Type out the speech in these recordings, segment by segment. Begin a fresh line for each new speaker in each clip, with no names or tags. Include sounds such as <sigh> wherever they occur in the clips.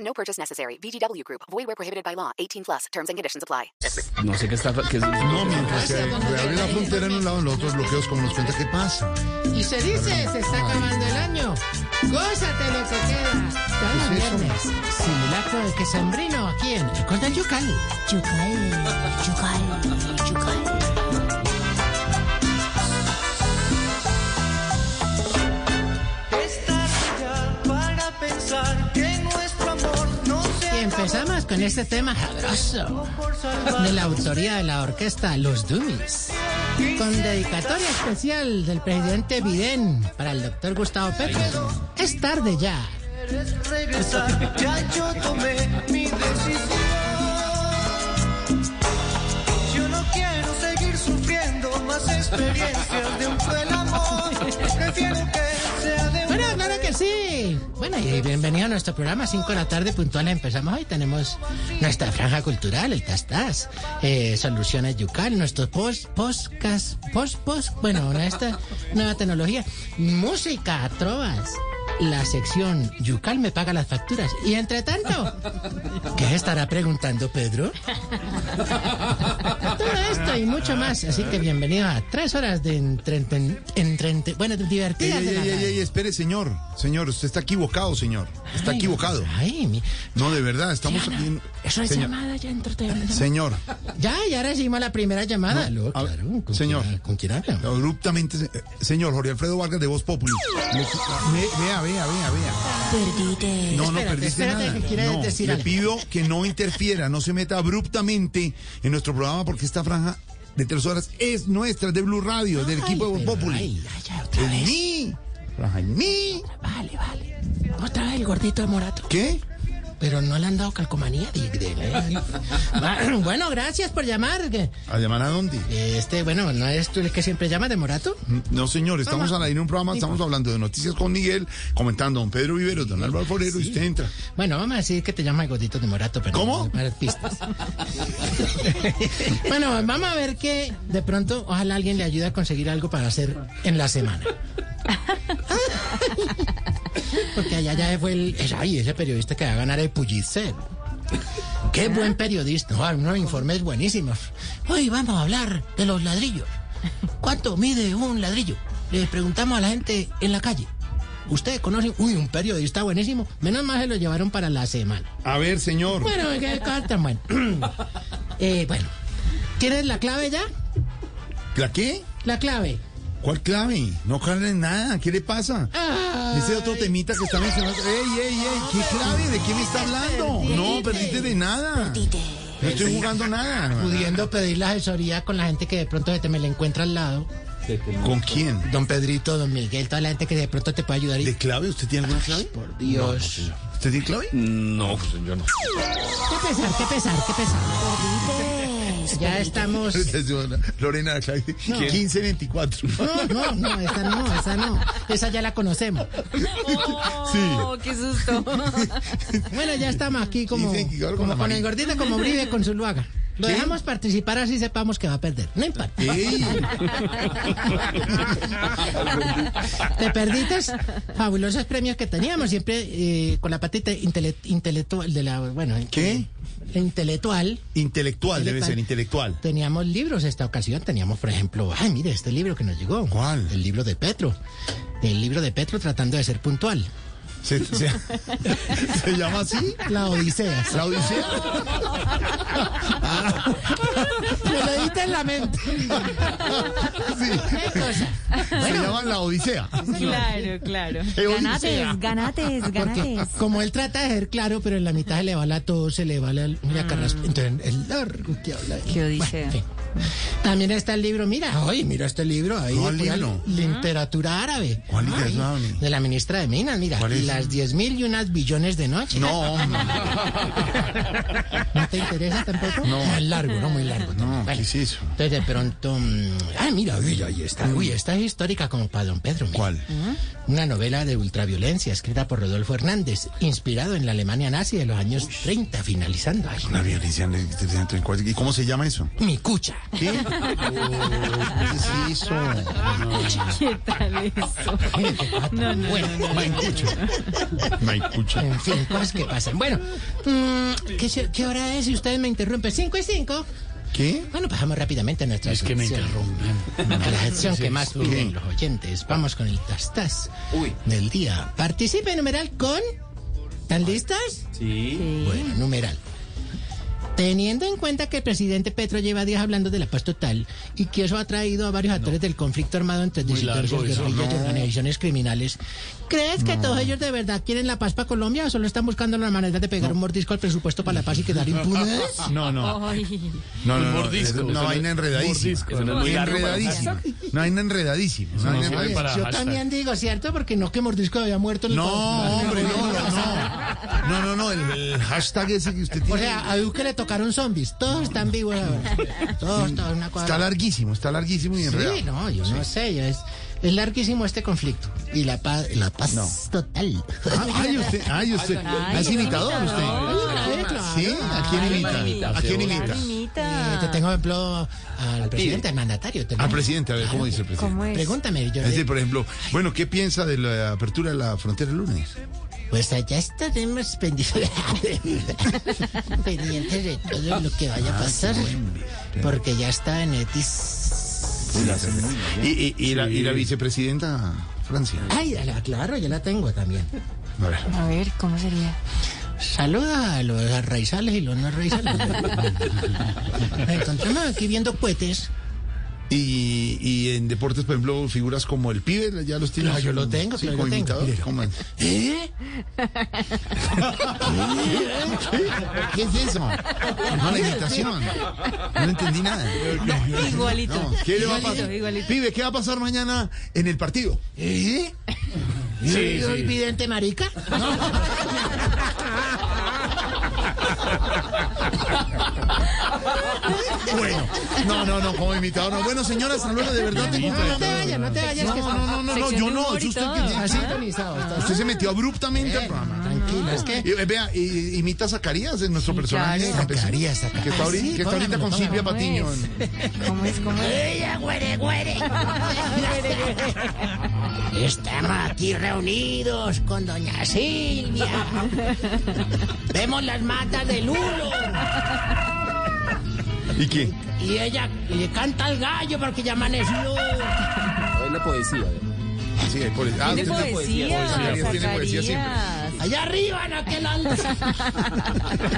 No purchase necessary. VGW Group. Void where prohibited by law. 18 plus. Terms and conditions apply.
No sé qué está. qué es-
No, mientras que reabren la frontera en un lado, en los otros bloqueos, como nos cuenta qué pasa.
Y se dice, se está acabando el año. Gózate lo que queda. Todos los
¿Qué es Pues eso?
viernes, simulacro de que sombrino aquí en Conta Yucal.
Yucal, yucal, yucal.
Es tarde ya para pensar que nuestro amor no
Y
se
empezamos con este tema sabroso
acabó por salvar.
de la autoría de la orquesta Los Dummies. Con dedicatoria especial del presidente Biden para el doctor Gustavo Petro. Es tarde ya.
Quieres regresar, ya yo tomé mi decisión. Yo no quiero seguir sufriendo más experiencias de un cruel amor. Prefiero que sea de
Bueno,
una
claro que sí. Bueno, y bienvenido a nuestro programa 5 de la tarde puntual. Empezamos hoy. Tenemos nuestra franja cultural, el Tastas, eh, Soluciones Yucal, nuestros post, podcast, post, post, bueno, esta nueva tecnología, música, trovas, la sección Yucal me paga las facturas. Y entre tanto, ¿qué se estará preguntando Pedro? Todo esto y mucho más. Así que bienvenido a tres horas de entreten, entreten- bueno,
Ey,
divertidas.
ey,
de la
ey, ey,
radio.
ey, espere, señor. Señor, usted está equivocado, señor. Está
Ay,
equivocado.
Ay, mi-
No, de verdad, estamos aquí. en-
Eso es
Señor.
llamada, ya entró te-
Señor,
Ya, ya recibimos la primera llamada. Aló,
a-
claro, ¿con quién
señor.
ha- ¿Con quién habla?
abruptamente. se- eh, Señor, Jorge Alfredo Vargas de Voz Populi. Lo- Ve- Vea, vea, vea, vea.
Perdite.
No, no
Espérate,
perdiste
espérate,
nada.
que quiere
No,
decir
le
algo.
pido que no interfiera, no se meta abruptamente en nuestro programa porque esta franja de tres horas es nuestra, es de Blue Radio, es del equipo de Voz
pero,
Populi.
Ay, ay, ay, otra
En
vez.
mí. Raja en mí.
Vale, vale. Otra vez el gordito de Morato.
¿Qué?
Pero no le han dado calcomanía. di- di-
<laughs>
Ah, bueno, gracias por llamar. que-
¿A llamar a dónde?
Este, bueno, ¿no es tú el que siempre llama de Morato?
No, señor, estamos al aire en un programa, estamos hablando de noticias con Miguel, comentando a don Pedro Viveros, don Álvaro Forero, y usted entra.
Bueno, vamos a decir que te llama el gordito de Morato, pero
¿Cómo?
para pistas. bueno, vamos a ver que de pronto ojalá alguien le ayude a conseguir algo para hacer en la semana. Porque allá ya fue el, es- ay, ese periodista que va a ganar el Pulitzer. Qué buen periodista. Ah, No, unos informes buenísimos. Hoy vamos a hablar de los ladrillos. ¿Cuánto mide un ladrillo? Le preguntamos a la gente en la calle. ¿Ustedes conocen? Uy, un periodista buenísimo. Menos mal se lo llevaron para la semana.
A ver, señor.
Bueno, <clears throat> qué cosa tan buena. Eh, bueno, ¿tienes la clave ya?
¿La qué?
La clave.
¿Cuál clave? No carne nada, ¿qué le pasa?
Ah.
Ese otro temita que está mencionando. ¡Ey, ey, ey! ¿Qué clave? ¿De qué me está hablando? No, perdiste de nada. No estoy jugando nada.
Pudiendo pedir la asesoría con la gente que de pronto se te me la encuentra al lado.
¿Con quién?
Don Pedrito, don Miguel, toda la gente que de pronto te puede ayudar. Y...
¿De clave? ¿Usted tiene alguna clave?
Por Dios.
¿Usted tiene clave? <laughs>
No, señor, no.
Qué pesar, qué pesar, qué pesar. Ya estamos.
Lorena, la clave. 1524.
No, no, no, esa no, esa no. Esa ya la conocemos.
Sí.
qué susto.
Bueno, ya estamos aquí como,
Dicen que ahora con
como
la
con el
manita.
gordito, como Brive con su luaga. Lo
¿Sí?
dejamos participar así sepamos que va a perder. No importa. <laughs>
¡Ey!
Te perdiste fabulosos premios que teníamos siempre eh, con la patita intele- intelectual de la bueno
¿Qué?
la intelectual
Intelectual, debe ser intelectual.
teníamos libros esta ocasión teníamos por ejemplo ay mire este libro que nos llegó
¿Cuál?
el libro de Petro el libro de Petro tratando de ser puntual
¿Se, se, <laughs> se llama así?
la Odisea
¿La Odisea?
me lo diste en la mente
Sí.
Qué cosa.
Se llama La Odisea.
Claro, claro.
Eh, Odisea.
Ganates, ganates,
Porque
ganates.
como él trata de ser claro, pero en la mitad se le va la tos, se le va la, la carraspa. Entonces, el largo que habla.
Ah. Qué odisea.
Bueno, en fin. También está el libro, mira, hoy mira este libro ahí.
¿Cuál
de pura
libro?
Literatura árabe.
¿Cuál
Ay,
literatura árabe?
De la ministra de Minas, mira.
¿Cuál es?
Las 10 mil y unas billones de noche.
No, hombre.
¿No te interesa tampoco?
No.
Muy largo, no muy largo.
No,
Bueno,
¿qué es eso?
Entonces de pronto... mm, Ah, mira, uy, ahí está. Uy, esta es histórica como para don Pedro. mira. Mm.
¿Cuál?
Una novela de ultraviolencia escrita por Rodolfo Hernández, inspirado en la Alemania nazi de los años 30, finalizando. Ay,
Una violencia en el- ¿Y cómo se llama eso? <laughs>
mi cucha.
¿Qué? Oh, ¿Qué es eso?
¿Qué tal eso? No, no,
Bueno,
Maicucho. Maicucho.
En fin, cosas que pasan. Bueno, mm, ¿qué, se- qué hora es si ustedes me interrumpen? ¿Cinco y cinco?
¿Qué?
Bueno, pasamos rápidamente a nuestra
Es que me
sección.
interrumpen.
A <laughs> la sección que más piden
Sí.
los oyentes. Vamos con el tastas del día. Participe numeral con... ¿Están listas? Sí. Bueno, numeral. Teniendo en cuenta que el presidente Petro lleva días hablando de la paz total y que eso ha traído a varios actores del conflicto armado entre
largo
disidentes,
eso,
guerrillas y
no.
organizaciones criminales, ¿crees que todos ellos de verdad quieren la paz para Colombia o solo están buscando la manera de pegar un mordisco al presupuesto para la paz
<laughs>
y quedar impunes?
No, no.
Ay,
No, no, no.
mordisco.
es Una
Eso
vaina
no-
enredadísima.
mordisco. Eso no es muy largo para
Enredadísima. Una vaina enredadísima. Una vaina
sirve
enredadísima.
para
Yo
hashtag.
también digo, ¿cierto? Porque no que mordisco había muerto en el
No,
conflicto.
hombre, no, no, no. No, no, no, el, el hashtag ese que usted
O
tiene
sea, a Duque le tocaron zombies. Todos están vivos ahora. Todos, todos, una
está
cuadra.
larguísimo, está larguísimo y enredado.
Sí, no, yo no sé. yo es, es larguísimo este conflicto. Y la paz, la paz
No.
total.
Ah, ay, usted, ay, usted. Ah, ¿Es imitador usted?
Ay, claro.
Sí, ¿a quién imita? ¿A quién imita?
Eh, te
Anita.
tengo ejemplo al presidente, al mandatario. te lo-
Al Ah, presidente, a ver, ¿cómo dice el
¿Cómo
presidente?
es?
Pregúntame, yo
Es decir, por ejemplo, bueno, ¿qué piensa de la apertura de la frontera el lunes?
Pues allá estaremos pendientes <laughs> pendientes de todo lo que
Ah,
vaya a pasar. Porque ya está en Etis.
Y, y- y la, y la vicepresidenta Francia.
Ay, la- claro, ya la tengo también.
A ver.
A ver, ¿cómo sería?
Saluda a los arraizales y los no <laughs> arraizales. Encontramos aquí viendo cohetes.
Y, y en deportes, por ejemplo, figuras como el pibe, ya los tiene.
Claro, yo lo
Sí,
tengo, claro,
como
yo tengo.
imitador. ¿cómo es?
¿Eh?
¿Qué es eso? Es una imitación. No entendí nada.
Igualito.
No, ¿qué le va a
Igualito,
pasar?
igualito.
Pibe, ¿qué va a pasar mañana en el partido?
¿Eh?
Sí,
¿Soy
sí.
vidente marica?
Bueno, no, no, no, como imitador. No. Bueno, señora, hasta luego, de verdad. Tengo
No te vayas, no te vayas.
No,
que
no, no, no, no,
Sección
yo
de
no.
humor
es
y
usted
todo.
que tiene-
Así tonizado estás.
Usted se metió abruptamente al programa.
Tranquilo, es que...
Y, eh, vea, y- imita a Zacarías, es nuestro personaje.
claro.
campesino,
Zacarías, Zacarías.
Que está, ahorita-
Ah, sí,
que está ahorita
póngamelo,
con Silvia
¿Cómo
Patiño.
es? ¿Cómo es? ¿Cómo es?
¡Ella, güere, <laughs> güere! Estamos aquí reunidos con doña Silvia. Vemos las matas del uno.
¿Y qué?
Y ella le canta al gallo porque ya amaneció.
Sí, por ah,
Tiene
usted-
poesía,
Zacarías tiene poesía siempre.
Zacarías.
Allá arriba en aquel alto.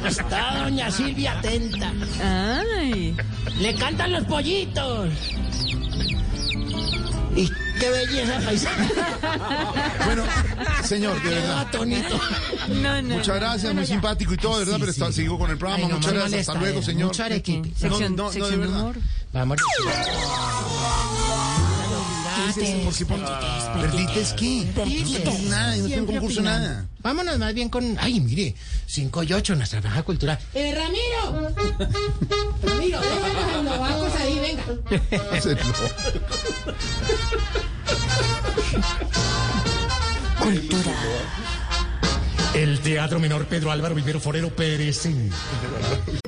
Está doña Silvia atenta.
Ay,
Le cantan los pollitos. Y qué belleza paisana.
Bueno, señor, de
Quedó
verdad.
atonito.
no, no.
Muchas gracias, muy simpático y todo, de verdad, pero está- sigo con el programa.
Ay, no,
muchas
muy
gracias,
molesta,
hasta luego,
era.
señor.
Mucho arequipe.
Sección,
No, no, no, de
sección de
verdad.
humor.
Vamos.
¿Qué es eso? ¿Por qué pon- ¿Perdiste es qué? Yo No tengo nada, yo no tengo concurso, nada.
Vámonos más bien con. Ay, mire, 5 y 8, nuestra franja cultural. ¡Eh, Ramiro! Ramiro, déjanos los novacos ahí, venga.
Se- <laughs> no.
El Teatro Menor Pedro Álvaro Vivero Forero Pérez.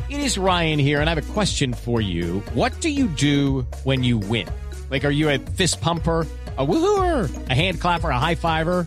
It is Ryan here, and I have a question for you. What do you do when you win? Like, are you a fist pumper? A woohooer, a hand clapper, a high fiver.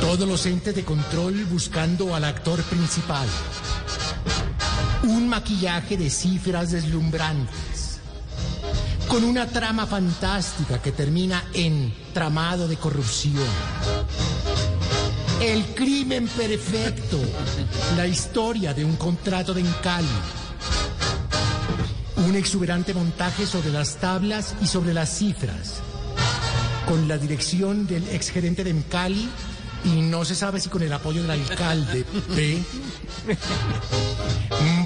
Todos los entes de control buscando al actor principal. Un maquillaje de cifras deslumbrantes. con una trama fantástica que termina en tramado de corrupción. El crimen perfecto, la historia de un contrato de encalme. Un exuberante montaje sobre las tablas y sobre las cifras, con la dirección del exgerente de Encali y no se sabe si con el apoyo del alcalde P.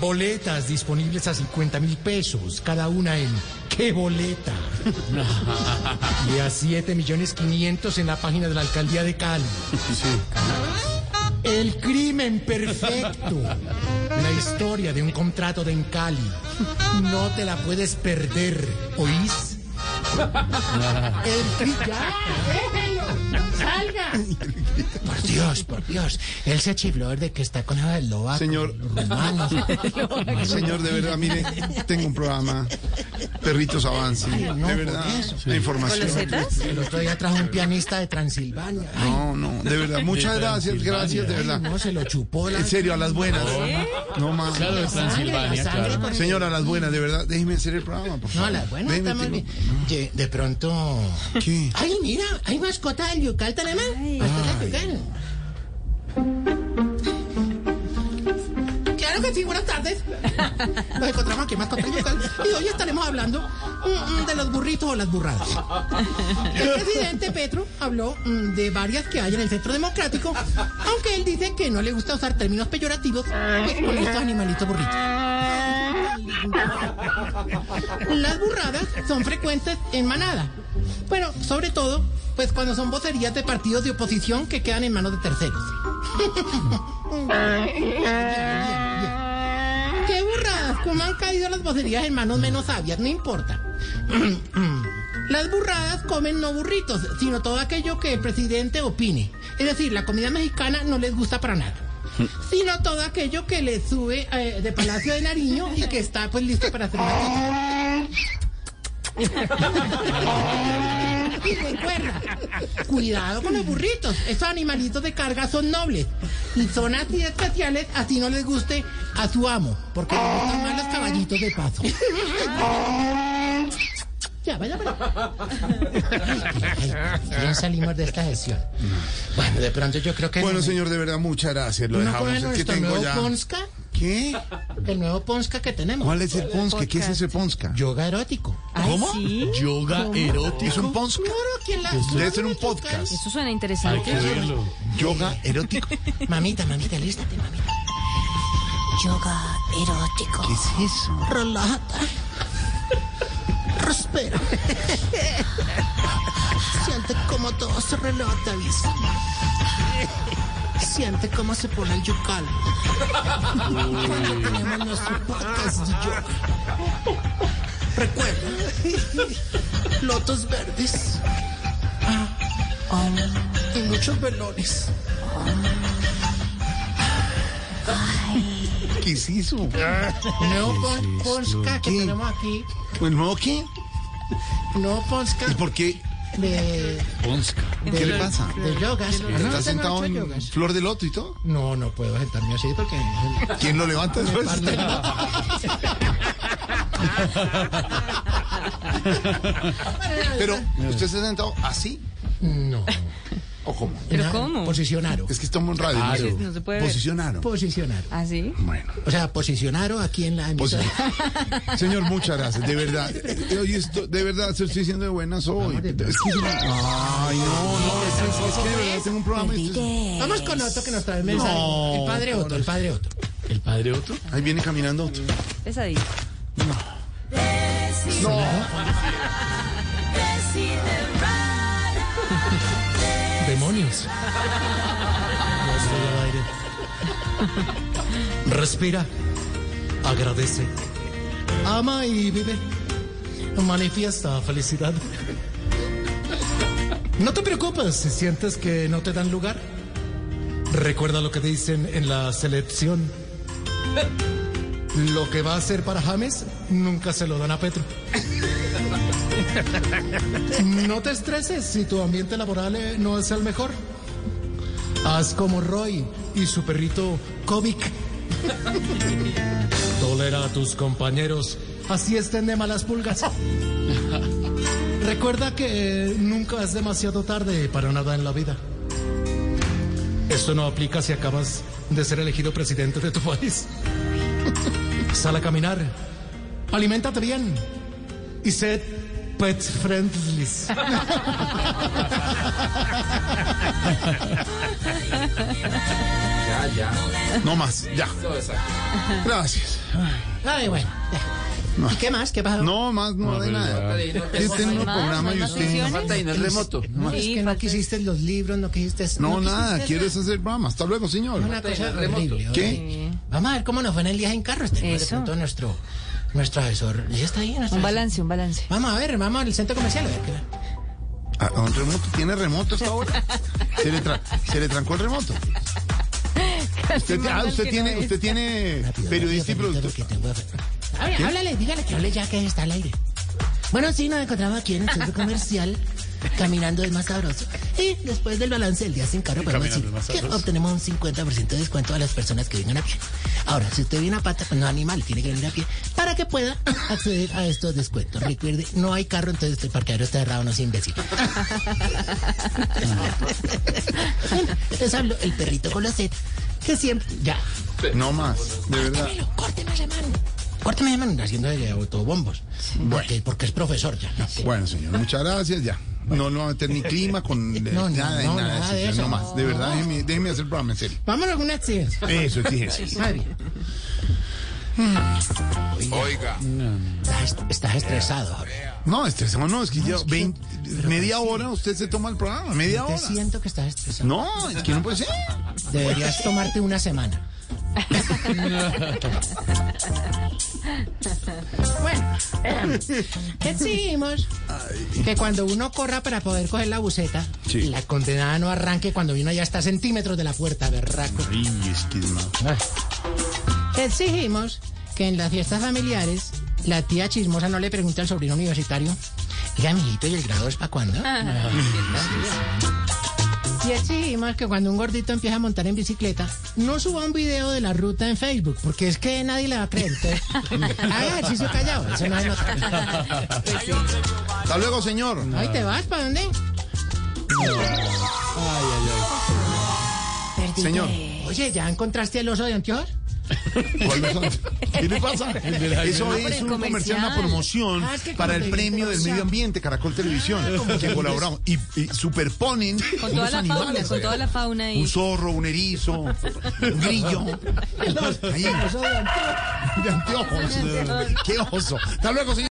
Boletas disponibles a 50 mil pesos, cada una en ¿Qué boleta? y a 7 millones 500 en la página de la alcaldía de Cali. El crimen perfecto. La historia de un contrato de Encali. No te la puedes perder, ¿oís? El cri- ya, déjelo, ¡Salga! Por Dios, por Dios. Él se chifló de que está con el loba.
Señor.
<laughs>
Señor, de verdad, mire, tengo un programa. Perritos Avance.
no,
De
por
verdad,
eso.
la información.
¿Setas?
El otro día trajo un pianista de Transilvania. Ay,
No, no, de verdad. Muchas gracias, gracias, de verdad.
no, se lo chupó la
En serio, a las buenas. No más.
Claro, de Transilvania,
sangre
claro.
con-
Señora, a las buenas, de verdad. Déjeme hacer el programa, por
No,
favor.
a las buenas
Déjeme,
estamos bien.
tengo-
Ye- De pronto.
¿Qué?
Ay, mira, hay mascota del Yucal también. Mascota del Yucal. Claro que sí, buenas tardes. Nos encontramos aquí en Mascota del Yucal y hoy estaremos hablando mm, mm, de los burritos o las burradas. El presidente Petro habló mm, de varias que hay en el centro democrático, aunque él dice que no le gusta usar términos peyorativos pues, con estos animalitos burritos. Las burradas son frecuentes en manada. Bueno, sobre todo, pues cuando son vocerías de partidos de oposición que quedan en manos de terceros. ¡Qué burradas! ¿Cómo han caído las vocerías en manos menos sabias? No importa. Las burradas comen no burritos, sino todo aquello que el presidente opine. Es decir, la comida mexicana no les gusta para nada. <laughs> Sino todo aquello que le sube eh, de Palacio de Nariño y que está pues listo para hacer una cosa. Y recuerda, cuidado con los burritos. Esos animalitos de carga son nobles. Y son así especiales, así no les guste a su amo. Porque le gustan más los caballitos de paso. Ya, vaya, vaya. Ay, ay, ya salimos de esta sesión. Bueno, de pronto yo creo que...
Bueno, señor, de verdad, muchas gracias. Lo
¿No
dejamos.
conoce
Es que
nuestro
tengo
nuevo
ya.
Ponska?
¿Qué?
El nuevo Ponska que tenemos.
¿Cuál es el Ponska? ¿Qué es ese Ponska?
Yoga erótico.
¿Cómo? ¿Sí?
Yoga erótico.
¿Es un Ponska?
Claro, ¿quién la...
Debe ser un podcast.
Eso suena
Hay que
interesante.
verlo.
Yoga erótico.
Mamita, mamita, lístate, mamita.
Yoga erótico.
¿Qué es eso?
Relájate. Respira. Siente como todo se relata, avisa. Siente cómo se pone el yucal. Cuando tenemos nuestro podcast de yoga. Recuerda, lotos verdes. Ah, Y muchos velones.
¿Qué es eso?
No Ponska que
¿Qué?
tenemos aquí.
¿El nuevo qué?
No Ponska
¿Y por qué?
de,
Ponska.
¿Qué le pasa?
de yogas.
¿Está
Usted no ha
sentado
hecho
en
yogas.
flor de loto y todo?
No, no puedo sentarme así porque.
¿Quién lo levanta después? Pero, ¿usted se ha sentado así
<laughs> No.
o cómo?
¿Pero cómo?
Posicionaron.
Es que estamos en radio. ¿no?
Claro.
No se puede ver. ¿Ah,
Posicionaron.
Posicionaron.
¿Así?
Bueno.
O sea, posicionaron aquí en la emisora.
Posicionaron. Señor, muchas gracias. De verdad. Eh, Oye, esto, de verdad, se estoy diciendo de buenas hoy.
Vamos, de
Es
verdad.
que, ay, no, no. Es, es- es que de verdad tengo un programa. y esto es-
Vamos con Otto que nos trae el mensaje.
No.
el padre Otto, el padre Otto.
¿El padre otro?
Ahí viene caminando otro.
Pesadilla.
Demonios. Respira. Agradece. Ama y vive. Manifiesta felicidad. No te preocupes si sientes que no te dan lugar. Recuerda lo que dicen en la selección. Lo que va a ser para James nunca se lo dan a Petro. No te estreses si tu ambiente laboral eh, no es el mejor. Haz como Roy y su perrito Kovic. Tolera a tus compañeros, así estén de malas pulgas.
Recuerda que eh, nunca es demasiado tarde para nada en la vida. Esto no aplica si acabas de ser elegido presidente de tu país. <laughs> Sal a caminar, aliméntate bien y sé pet friendly.
Ah,
Ya, ya. No más, ya. Gracias.
Ay, bueno. ya. ¿Y qué más? ¿Qué pasó?
No, más no, de nada. Yo tengo un
Más,
programa
más
y usted.
decisiones. No, es que no quisiste los libros, no quisiste...
No, nada,
quisiste
quieres hacer programa. Hasta luego, señor.
Una cosa horrible.
¿Qué?
Vamos a ver cómo nos fue en el viaje en carro. Tenemos de pronto nuestro, nuestro asesor. Ya está ahí. Nuestro asesor.
Un balance, un balance.
Vamos a ver, vamos al centro comercial. a ver qué-
Ah, ¿Un remoto? ¿Tiene remoto hasta ahora? ¿Se le, tra- se le trancó el remoto? Usted, ah, usted tiene, usted tiene periodista y productor.
Hable- Háblale, dígale que hable ya que está al aire. Bueno, sí, nos encontramos aquí en el centro
<laughs>
comercial, caminando es más sabroso. Y después del balance del día sin carro, podemos decir
Caminando es más
que
sabroso.
obtenemos un 50% de descuento a las personas que vengan a pie. Ahora, si usted viene a pata, pues no animal, tiene que venir a pie para que pueda <laughs> acceder a estos descuentos. Recuerde, no hay carro, entonces el parqueadero está cerrado, no es
<laughs>
imbécil. <laughs> Bueno, les hablo el perrito con la sed, que siempre... Ya,
No más, de verdad.
córteme la mano. Córteme la mano, haciendo de autobombos. Porque, porque es profesor ya. ¿no?
Bueno, señor, muchas gracias. Ya. No, no va a meter ni clima con eh,
No, no,
nada,
no,
nada,
nada de
señor,
eso.
no más. De verdad,
No.
déjeme, déjeme hacer el programa, en serio.
Vámonos con una exigencia.
Eso, exigencia.
Madre.
Oiga.
Estás, estás estresado ahora.
No, estresado no, es que ya veinte- media hora usted se toma el programa, media
Te
hora.
siento que estás estresado.
No, es que no puede ser.
Deberías tomarte una semana. <laughs> Bueno, eh, exigimos que cuando uno corra para poder coger la buceta,
Sí.
la condenada no arranque cuando uno ya está a centímetros de la puerta, berraco.
Ay, es que es más.
Exigimos que en las fiestas familiares la tía chismosa no le pregunte al sobrino universitario, oiga, mijito, ¿y el grado es para cuándo? Y exigimos que cuando un gordito empieza a montar en bicicleta, no suba un video de la ruta en Facebook, porque es que nadie le va a creer. Entonces, haga ejercicio callado, eso no es nota.
Hasta luego, señor.
Ahí te vas, ¿para dónde?
Señor.
Oye, ¿ya encontraste el oso de anteojos?
¿Cuál
<laughs>
es el- ¿Qué le pasa?
del aire.
Eso
No, por
es
Ah, el
un comercial, una
comercial.
promoción
Ah, es que
para el
como te
premio
dije,
del medio
comercial.
ambiente Caracol
<laughs>
Televisión, que colaboramos y, y superponen
Con toda
unos
la fauna,
animales.
con toda la fauna ahí.
Un zorro, un erizo, un
<laughs>
grillo. Ahí. De anteojos. Qué oso. Hasta luego, señor.